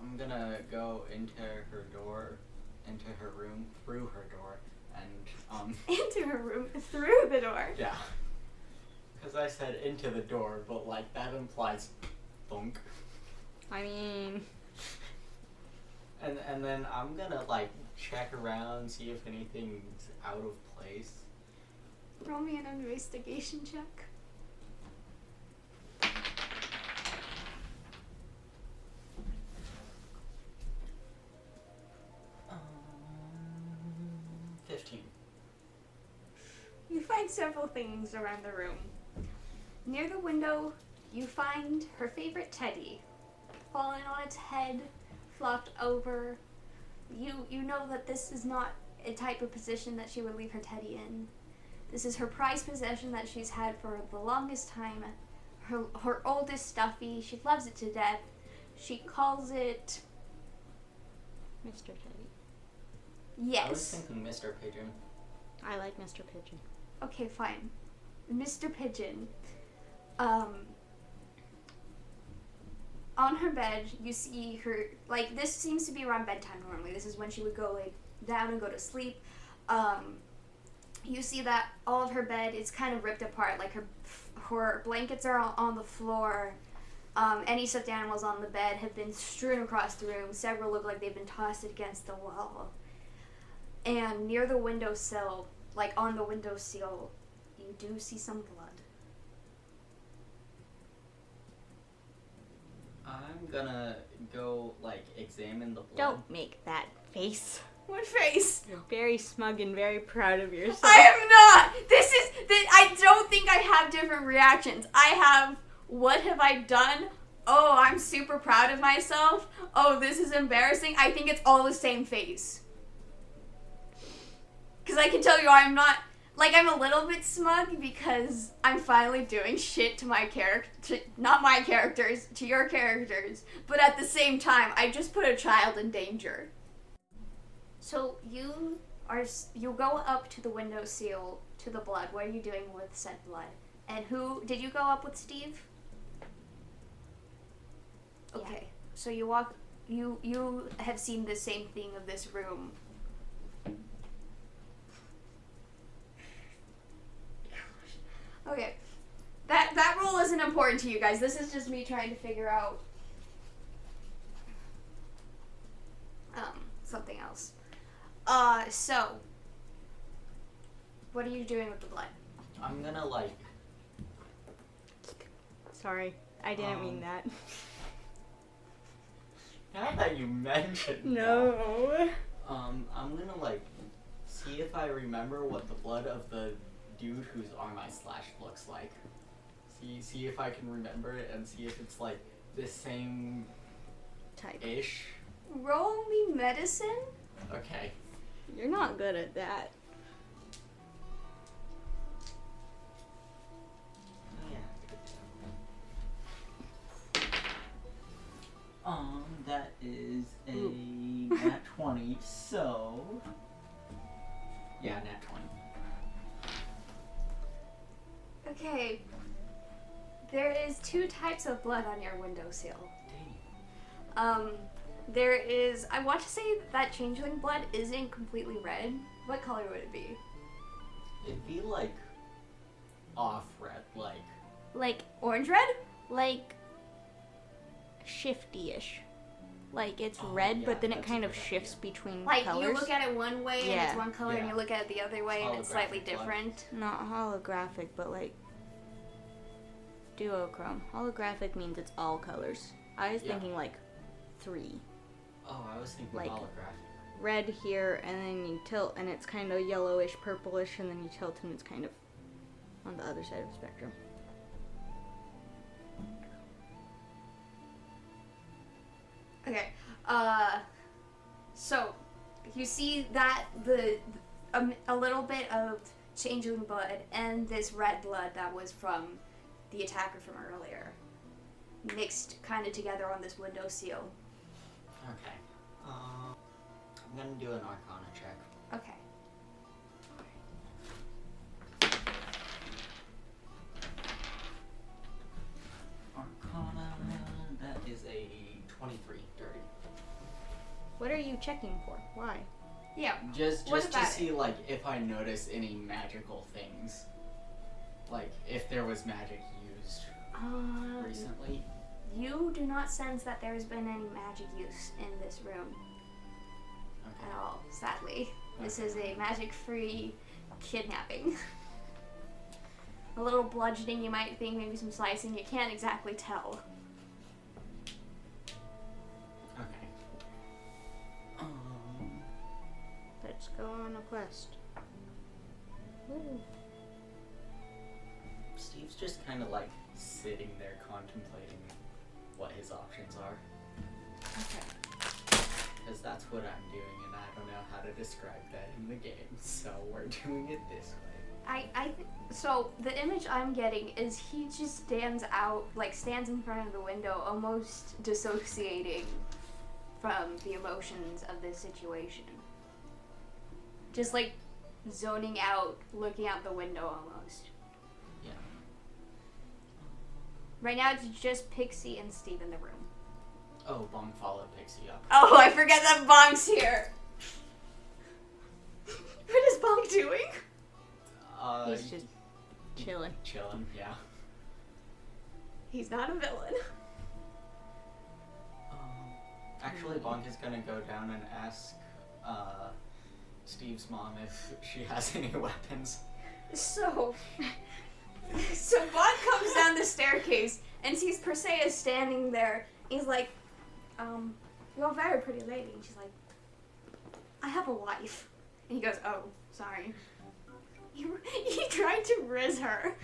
Speaker 3: I'm gonna go into her door, into her room, through her door, and um.
Speaker 1: Into her room through the door.
Speaker 3: Yeah. Because I said into the door, but like that implies thunk.
Speaker 2: I mean,
Speaker 3: And and then I'm gonna like check around, see if anything's out of place.
Speaker 1: Roll me an investigation check.
Speaker 3: Um, Fifteen.
Speaker 1: You find several things around the room. Near the window, you find her favorite teddy, fallen on its head, flopped over. You you know that this is not a type of position that she would leave her teddy in. This is her prized possession that she's had for the longest time. Her her oldest stuffy. She loves it to death. She calls it
Speaker 2: Mr. Teddy.
Speaker 1: yes.
Speaker 3: I was thinking Mr. Pigeon.
Speaker 2: I like Mr. Pigeon.
Speaker 1: Okay, fine. Mr. Pigeon. Um on her bed, you see her like this seems to be around bedtime normally. This is when she would go like down and go to sleep. Um you see that all of her bed is kind of ripped apart. Like her her blankets are on- on the floor. Um, any stuffed animals on the bed have been strewn across the room. Several look like they've been tossed against the wall. And near the windowsill, like on the windowsill, you do see some blood.
Speaker 3: I'm gonna go like examine the blood.
Speaker 5: Don't make that face.
Speaker 1: What face?
Speaker 2: Very smug and very proud of yourself.
Speaker 1: I am not. This is. Th- I don't think I have different reactions. I have. What have I done? Oh, I'm super proud of myself. Oh, this is embarrassing. I think it's all the same face. Because I can tell you, I'm not. Like, I'm a little bit smug because I'm finally doing shit to my character. Not my characters, to your characters. But at the same time, I just put a child in danger. So you are s- you go up to the window seal to the blood. What are you doing with said blood? And who did you go up with, Steve?
Speaker 5: Yeah.
Speaker 1: Okay. So you walk. You you have seen the same thing of this room. Okay. That that rule isn't important to you guys. This is just me trying to figure out um something else. Uh, so, what are you doing with the blood?
Speaker 3: I'm gonna like
Speaker 2: Sorry, I didn't mean
Speaker 3: Um,
Speaker 2: that.
Speaker 3: now that you mentioned that,
Speaker 2: No.
Speaker 3: um I'm gonna like see if I remember what the blood of the dude whose arm I slashed looks like. See see if I can remember it and see if it's like the same
Speaker 2: Type.
Speaker 3: ish.
Speaker 1: Roll me medicine?
Speaker 3: Okay.
Speaker 2: You're not good at that.
Speaker 4: Um, that is a
Speaker 2: Ooh.
Speaker 4: nat 20, so.
Speaker 3: Yeah, nat twenty.
Speaker 1: Okay. There is two types of blood on your windowsill. Um, there is. I want to say that, that changeling blood isn't completely red. What color would it be?
Speaker 3: It'd be like off red, like
Speaker 5: Like,
Speaker 1: Orange red?
Speaker 5: like, shifty-ish. Like it's
Speaker 3: Oh,
Speaker 5: red,
Speaker 3: yeah,
Speaker 5: but then it
Speaker 3: that's a
Speaker 5: kind of
Speaker 3: good idea.
Speaker 5: shifts between
Speaker 1: Like
Speaker 5: colors.
Speaker 1: you look at it one way and it's
Speaker 5: Yeah.
Speaker 1: one color, and
Speaker 3: Yeah.
Speaker 1: you look at it the other way and it's
Speaker 3: Holographic
Speaker 1: slightly
Speaker 3: blood.
Speaker 1: different.
Speaker 5: Not holographic, but like duochrome. Holographic means it's all colors. I was
Speaker 3: Yeah.
Speaker 5: thinking like three.
Speaker 3: oh I was thinking
Speaker 5: Like-
Speaker 3: holographic.
Speaker 2: Red here, and then you tilt, and it's kind of yellowish, purplish, and then you tilt, and it's kind of on the other side of the spectrum.
Speaker 1: Okay. Uh, so you see that the um, a little bit of changing blood and this red blood that was from the attacker from earlier mixed kind of together on this window seal.
Speaker 3: Okay. Um, I'm gonna do an Arcana check.
Speaker 1: Okay.
Speaker 3: Arcana, that is a 23, dirty.
Speaker 2: What are you checking for? Why?
Speaker 1: Yeah.
Speaker 3: Just,
Speaker 1: What
Speaker 3: just to
Speaker 1: about
Speaker 3: see like if I notice any magical things, like if there was magic used
Speaker 1: Um,
Speaker 3: recently.
Speaker 1: you do not sense that there has been any magic use in this room
Speaker 3: Okay.
Speaker 1: at all. Sadly, this is a magic-free kidnapping. a little bludgeoning, you might think, maybe some slicing. You can't exactly tell. Uh-huh.
Speaker 3: Okay. Um,
Speaker 2: Let's go on a quest. Woo.
Speaker 3: Steve's just kind of like sitting there contemplating what his options are,
Speaker 1: Okay.
Speaker 3: because that's what I'm doing, and I don't know how to describe that in the game, so we're doing it this way.
Speaker 1: I, I th- so the image I'm getting is he just stands out, like stands in front of the window, almost dissociating from the emotions of this situation. Just like zoning out, looking out the window almost.
Speaker 3: Yeah.
Speaker 1: Right now it's just Pixie and Steve in the room.
Speaker 3: Oh, bomb followed Pixie up.
Speaker 1: Oh, I forget that Bong's here. what is Bong doing?
Speaker 3: Uh,
Speaker 2: He's just chilling.
Speaker 3: chilling. Yeah.
Speaker 1: He's not a villain.
Speaker 3: Um, actually, Bonk is gonna go down and ask uh, Steve's mom if she has any weapons.
Speaker 1: So, so Vaughn comes down the staircase and sees Perseus standing there. He's like, um, you're a very pretty lady. And she's like, I have a wife. And he goes, oh, sorry. You, you tried to riz her.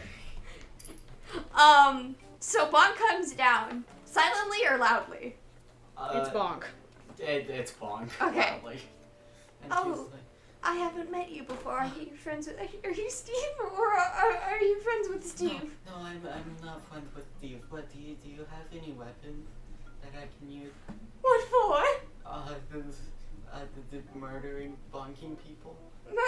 Speaker 1: Um, so Bonk comes down, silently or loudly.
Speaker 3: Uh,
Speaker 2: it's bonk.
Speaker 3: It, it's Bonk.
Speaker 1: Okay.
Speaker 3: Probably. And
Speaker 1: Oh.
Speaker 3: she's like,
Speaker 1: I haven't met you before. Are you friends with? Are you Steve or are, are you friends with Steve?
Speaker 3: No, no, I'm, I'm not friends with Steve, but do you, do you have any weapons that I can use?
Speaker 1: What for?
Speaker 3: Uh, those, uh, the, the murdering, bonking people?
Speaker 1: No,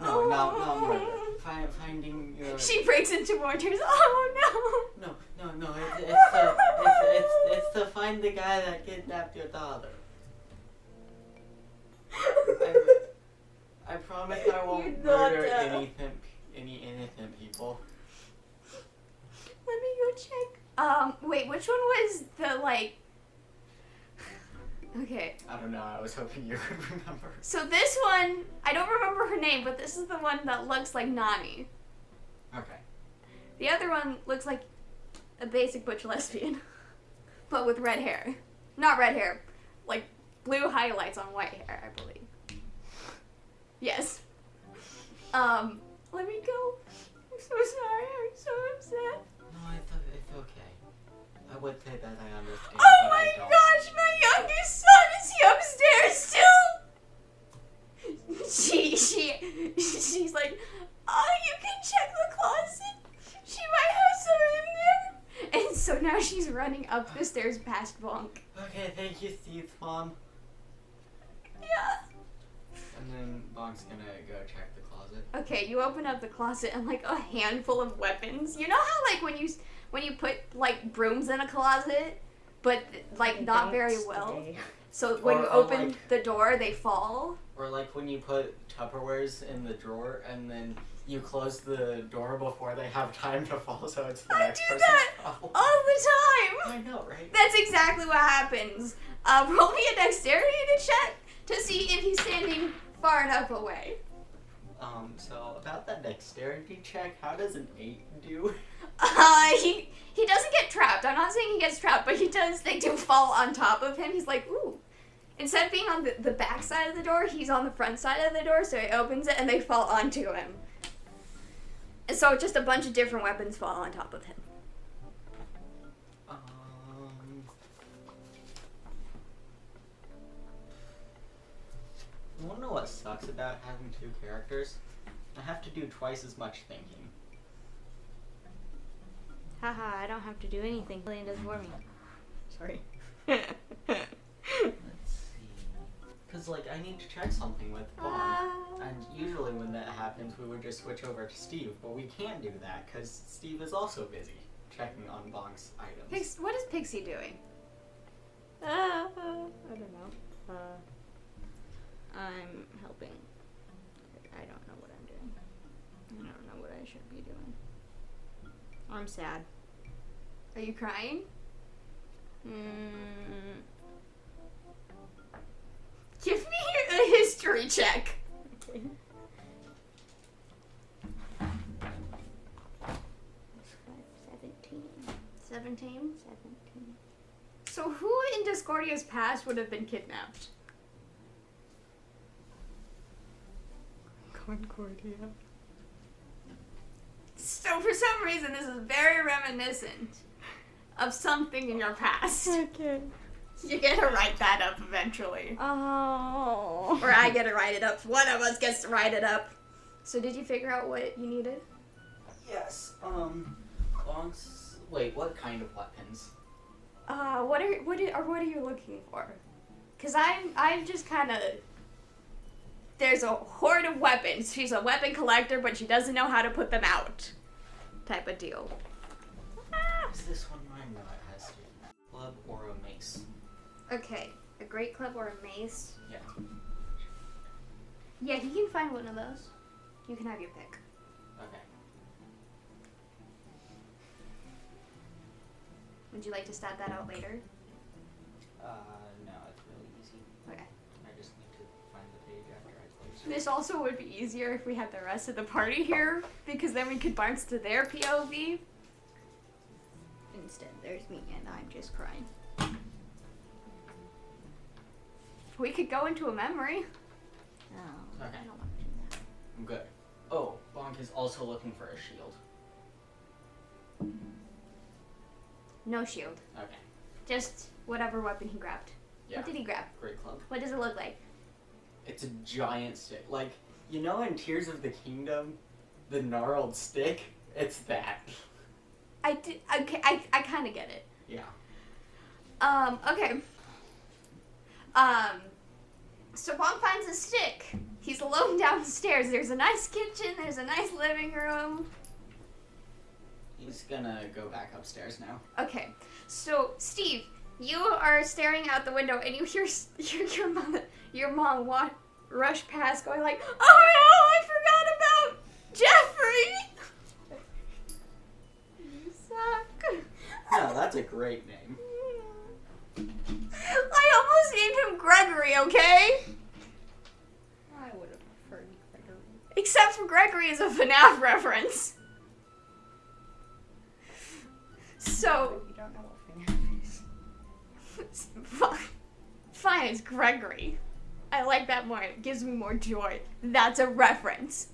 Speaker 3: No, no, no, murder. Fi- finding your.
Speaker 1: Oh. She breaks into more tears. Oh
Speaker 3: No, no, no, it's, it's, to, it's, it's, it's to find the guy that kidnapped your daughter.
Speaker 1: no!
Speaker 3: I promise I won't
Speaker 1: Your daughter.
Speaker 3: murder anything, any innocent people.
Speaker 1: Let me go check. Um, wait, which one was the like? Okay,
Speaker 3: I don't know, I was hoping you could remember.
Speaker 1: so this one I don't remember her name, but this is the one that looks like Nani.
Speaker 3: Okay.
Speaker 1: The other one looks like a basic butch lesbian, but with red hair. Not red hair, like blue highlights on white hair, I believe. Yes. Um, let me go. I'm so sorry. I'm so upset.
Speaker 3: No, it's, o- it's okay. I would say that I understand.
Speaker 1: Oh
Speaker 3: but
Speaker 1: my
Speaker 3: I don't.
Speaker 1: gosh, my youngest son is he upstairs too? She she she's like, oh, you can check the closet. She might have some in there. And so now she's running up the stairs past Bonk.
Speaker 3: Okay, thank you, Steve's mom.
Speaker 1: Yeah.
Speaker 3: And then Bonk's gonna go check the closet.
Speaker 1: Okay, you open up the closet and like a handful of weapons. You know how like when you s- when you put like brooms in a closet, but like not very well. So when
Speaker 3: Or-
Speaker 1: you
Speaker 3: or,
Speaker 1: open
Speaker 3: like-
Speaker 1: the door, they fall.
Speaker 3: Or like when you put Tupperwares in the drawer and then you close the door before they have time to fall, so it's the
Speaker 1: I
Speaker 3: next
Speaker 1: do
Speaker 3: person's
Speaker 1: that Oh.
Speaker 3: problem.
Speaker 1: all the
Speaker 3: I
Speaker 1: time.
Speaker 3: know, right?
Speaker 1: That's exactly what happens. Uh, roll me a dexterity to check to see if he's standing far enough away.
Speaker 3: Um, so about that dexterity check, how does an eight do?
Speaker 1: Uh, he he doesn't get trapped. I'm not saying he gets trapped, but he does. They do fall on top of him. He's like, ooh. Instead of being on the, the back side of the door, he's on the front side of the door, so he opens it and they fall onto him. And so just a bunch of different weapons fall on top of him.
Speaker 3: Um. You wanna know what sucks about having two characters? I have to do twice as much thinking.
Speaker 5: Haha, I don't have to do anything. Lillian does for me.
Speaker 2: Sorry.
Speaker 3: Let's see. Cause like I need to check something with Bond, and usually when that happens, we would just switch over to Steve. But we can't do that because Steve is also busy checking on Bong's items.
Speaker 1: Pix- what is Pixie doing?
Speaker 2: Uh, I don't know. Uh, I'm helping. I don't know what I'm doing. I don't know what I should be doing. I'm sad.
Speaker 1: Are you crying?
Speaker 2: Mm,
Speaker 1: Give me a history check.
Speaker 2: okay.
Speaker 5: Seventeen.
Speaker 1: 17.
Speaker 5: Seventeen.
Speaker 1: So, who in Discordia's past would have been kidnapped?
Speaker 2: Concordia.
Speaker 1: So, for some reason, this is very reminiscent of something in your past.
Speaker 2: Okay.
Speaker 1: You're gonna write that up eventually.
Speaker 2: Oh.
Speaker 1: Or I get to write it up. One of us gets to write it up. So, did you figure out what you needed?
Speaker 3: Yes. Um. Bong's. Wait, what kind of weapons?
Speaker 1: Uh, what are what are, or what are you looking for? Cause I'm I'm just kind of there's a horde of weapons. She's a weapon collector, but she doesn't know how to put them out. Type of deal. Ah.
Speaker 3: Is this one mine that I has to club or a mace?
Speaker 1: Okay, a great club or a mace.
Speaker 3: Yeah.
Speaker 1: Yeah, he can find one of those. You can have your pick.
Speaker 3: Okay.
Speaker 1: Would you like to stab that out later?
Speaker 3: Uh, no, it's really easy.
Speaker 1: Okay.
Speaker 3: I just need to find the page after I close. it.
Speaker 1: This also would be easier if we had the rest of the party here, because then we could bounce to their POV.
Speaker 2: And
Speaker 5: instead. There's me, and I'm just crying.
Speaker 1: We could go into a memory.
Speaker 5: Oh,
Speaker 3: Okay.
Speaker 5: I don't want to do that.
Speaker 3: I'm good. Oh, Bonk is also looking for a shield.
Speaker 1: No shield.
Speaker 3: Okay.
Speaker 1: Just whatever weapon he grabbed.
Speaker 3: Yeah.
Speaker 1: What did he grab?
Speaker 3: Great club.
Speaker 1: What does it look like?
Speaker 3: It's a giant stick. Like, you know in Tears of the Kingdom, the gnarled stick? It's that.
Speaker 1: I did. Okay, I, I kind of get it.
Speaker 3: Yeah.
Speaker 1: Um, okay. Um, so Bonk finds a stick. He's alone downstairs. There's a nice kitchen, there's a nice living room.
Speaker 3: He's gonna go back upstairs now.
Speaker 1: Okay, so Steve, you are staring out the window and you hear s- your, your mother, your mom wa- rush past going like, Oh, oh, I forgot about Jeffrey! you suck.
Speaker 3: No, that's a great name.
Speaker 1: I almost named him Gregory, okay?
Speaker 2: I would have preferred Gregory.
Speaker 1: Except for Gregory is a FNAF reference. So,
Speaker 2: Oh, You don't know what FNAF is.
Speaker 1: fine, it's Gregory. I like that more. It gives me more joy. That's a reference.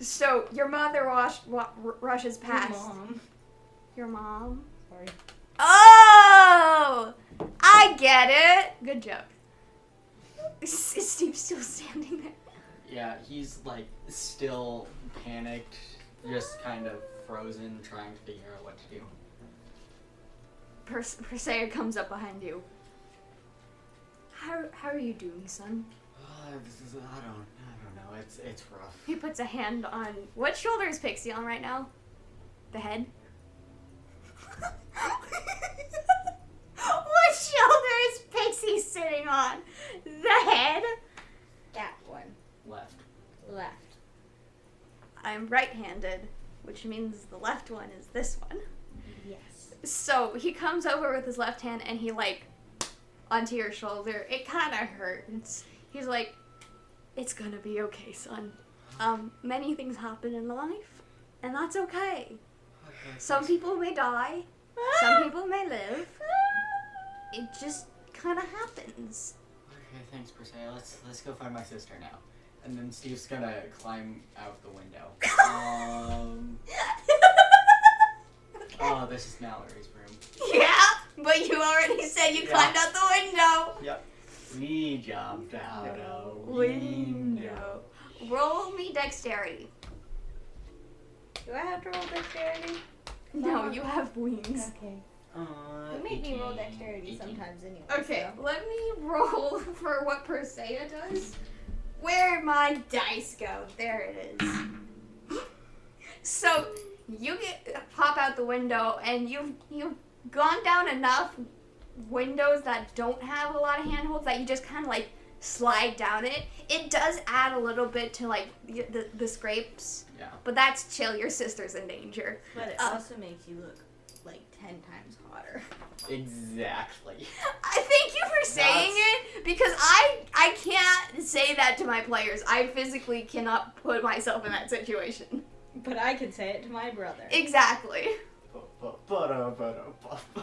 Speaker 1: So, your mother wash, wa- r- rushes past.
Speaker 2: Mom.
Speaker 1: Your mom?
Speaker 2: Sorry.
Speaker 1: Oh! I get it! Good joke. Is is Steve still standing there?
Speaker 3: Yeah, he's like still panicked, just kind of frozen, trying to figure out what to do.
Speaker 1: Perse- Persea comes up behind you. How, how are you doing, son?
Speaker 3: Uh, this is, I don't, I don't know. It's, it's rough.
Speaker 1: He puts a hand on. What shoulder is Pixie on right now? The head? what shoulder is Pixie sitting on? The head?
Speaker 5: That one.
Speaker 3: Left.
Speaker 5: Left.
Speaker 1: I'm right handed, which means the left one is this one.
Speaker 5: Yes.
Speaker 1: So he comes over with his left hand and he like onto your shoulder. It kind of hurts. He's like, "It's gonna be okay, son. Um, many things happen in life, and that's okay.
Speaker 3: Okay.
Speaker 1: Some people may die,
Speaker 3: Ah!
Speaker 5: Ah!
Speaker 1: some people may live. It just kind of happens."
Speaker 3: Okay, thanks, Perseus. Let's let's go find my sister now. And then Steve's gonna climb out the window. um, oh, this is Mallory's room.
Speaker 1: yeah, but you already said you
Speaker 3: Yeah.
Speaker 1: climbed out the window.
Speaker 3: We jumped out a
Speaker 1: Window.
Speaker 3: window.
Speaker 1: Roll me dexterity.
Speaker 2: Do I have to roll dexterity?
Speaker 1: No, you have wings.
Speaker 5: Okay.
Speaker 3: Uh,
Speaker 5: You make me roll
Speaker 3: 18,
Speaker 5: dexterity
Speaker 3: 18.
Speaker 5: sometimes anyway.
Speaker 1: Okay, let me roll for what Persea does. Where my dice go? There it is. so you get pop out the window, and you've you've gone down enough windows that don't have a lot of handholds that you just kind of like slide down it. It does add a little bit to like the, the, the scrapes,
Speaker 3: Yeah.
Speaker 1: but that's chill. Your sister's in danger.
Speaker 5: But it
Speaker 1: Uh,
Speaker 5: also makes you look like ten times hotter.
Speaker 3: Exactly.
Speaker 1: I thank you for saying it because I I can't say that to my players. I physically cannot put myself in that situation.
Speaker 5: But I can say it to my brother.
Speaker 1: Exactly.
Speaker 3: Bu- bu- bu-da, bu-da, bu- bu-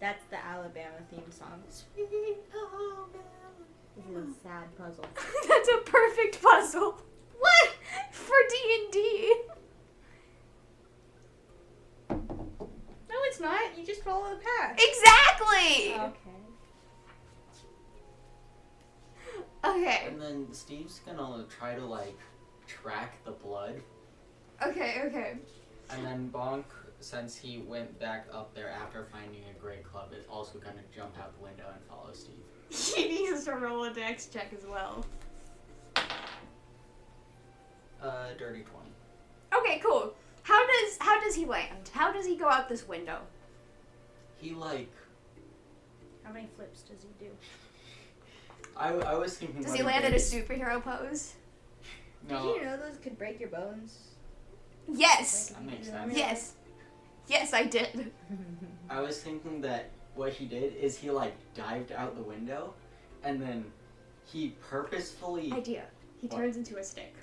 Speaker 5: That's the Alabama theme song.
Speaker 3: Sweet home.
Speaker 5: This is a sad puzzle.
Speaker 1: That's a perfect puzzle. What for D and D?
Speaker 5: No, it's not. You just follow the path. Oh.
Speaker 1: Exactly. Okay.
Speaker 3: And then Steve's gonna try to like track the blood
Speaker 1: Okay. Okay.
Speaker 3: And then Bonk, since he went back up there after finding a great club, is also going to jump out the window and follow Steve.
Speaker 1: He needs to roll a dex check as well.
Speaker 3: Uh, dirty 20.
Speaker 1: Okay. Cool. How does how does he land? How does he go out this window?
Speaker 3: He, like,
Speaker 5: How many flips does he do?
Speaker 3: I, I was thinking.
Speaker 1: Does
Speaker 3: what
Speaker 1: he land in a
Speaker 3: did.
Speaker 1: superhero pose?
Speaker 5: Did
Speaker 3: No.
Speaker 5: you know those could break your bones?
Speaker 1: Yes.
Speaker 3: That makes sense.
Speaker 1: Yes. Yes, I did.
Speaker 3: I was thinking that what he did is he, like, dived out the window and then he purposefully.
Speaker 1: idea. He
Speaker 3: What?
Speaker 1: turns into a stick.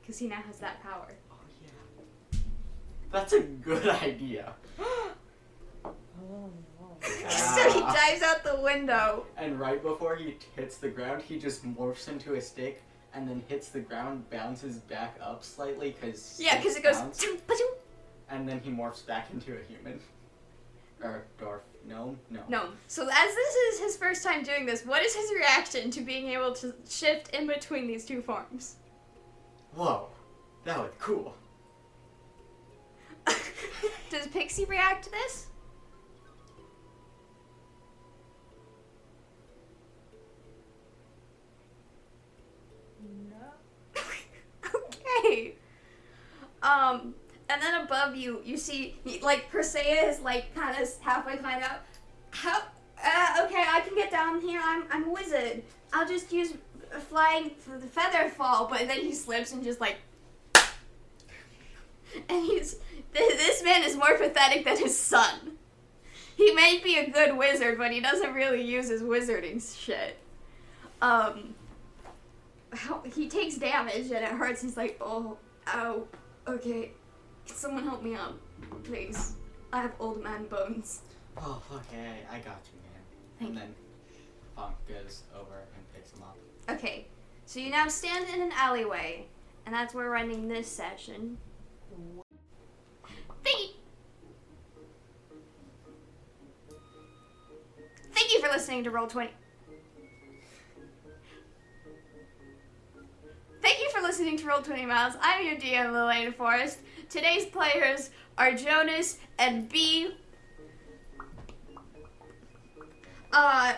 Speaker 1: Because he now has that power.
Speaker 3: Oh, yeah. That's a good idea.
Speaker 1: so he
Speaker 3: Ah.
Speaker 1: dives out the window.
Speaker 3: And right before he t- hits the ground, he just morphs into a stick and then hits the ground, bounces back up slightly because
Speaker 1: Yeah, because it goes.
Speaker 3: and then he morphs back into a human or dwarf. No, no.
Speaker 1: No. So as this is his first time doing this, what is his reaction to being able to shift in between these two forms?
Speaker 3: Whoa, that was cool.
Speaker 1: Does Pixie react to this? okay. Um, and then above you, you see, like, Persea is, like, kind of halfway climbed up. How? Uh, okay, I can get down here. I'm, I'm a wizard. I'll just use a flying f- the feather fall, but then he slips and just, like, and he's. Th- this man is more pathetic than his son. He may be a good wizard, but he doesn't really use his wizarding shit. Um. how- He takes damage and it hurts. He's like, oh, ow, okay. Can someone help me up, please? I have old man bones.
Speaker 3: Oh fuck yeah, I got you, man.
Speaker 1: Thank
Speaker 3: and then Funk goes over and picks him up.
Speaker 1: Okay, so you now stand in an alleyway, and that's where we're ending this session. Thank you. Thank you for listening to Roll Twenty. Thank you for listening to Roll Twenty Miles. I'm your DM, Lilane Forrest. Today's players are Jonas and B. Uh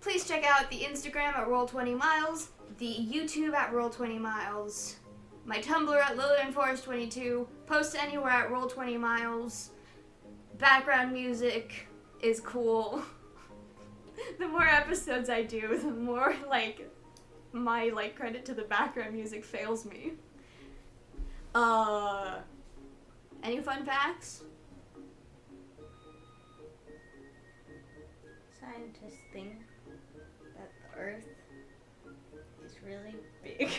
Speaker 1: please check out the Instagram at Roll20Miles, the YouTube at Roll20Miles, my Tumblr at LillianForest22, post anywhere at Roll20Miles. Background music is cool. the more episodes I do, the more like my like credit to the background music fails me. Uh any fun facts?
Speaker 5: Scientists think that the Earth is really big.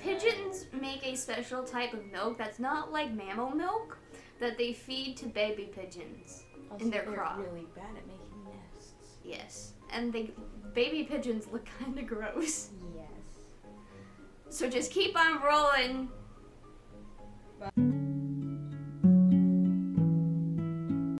Speaker 1: Pigeons make a special type of milk that's not like mammal milk that they feed to baby pigeons.
Speaker 5: Also,
Speaker 1: their crop.
Speaker 5: really bad at making nests.
Speaker 1: Yes. And the baby pigeons look kind of gross.
Speaker 5: Yes.
Speaker 1: So just keep on rolling.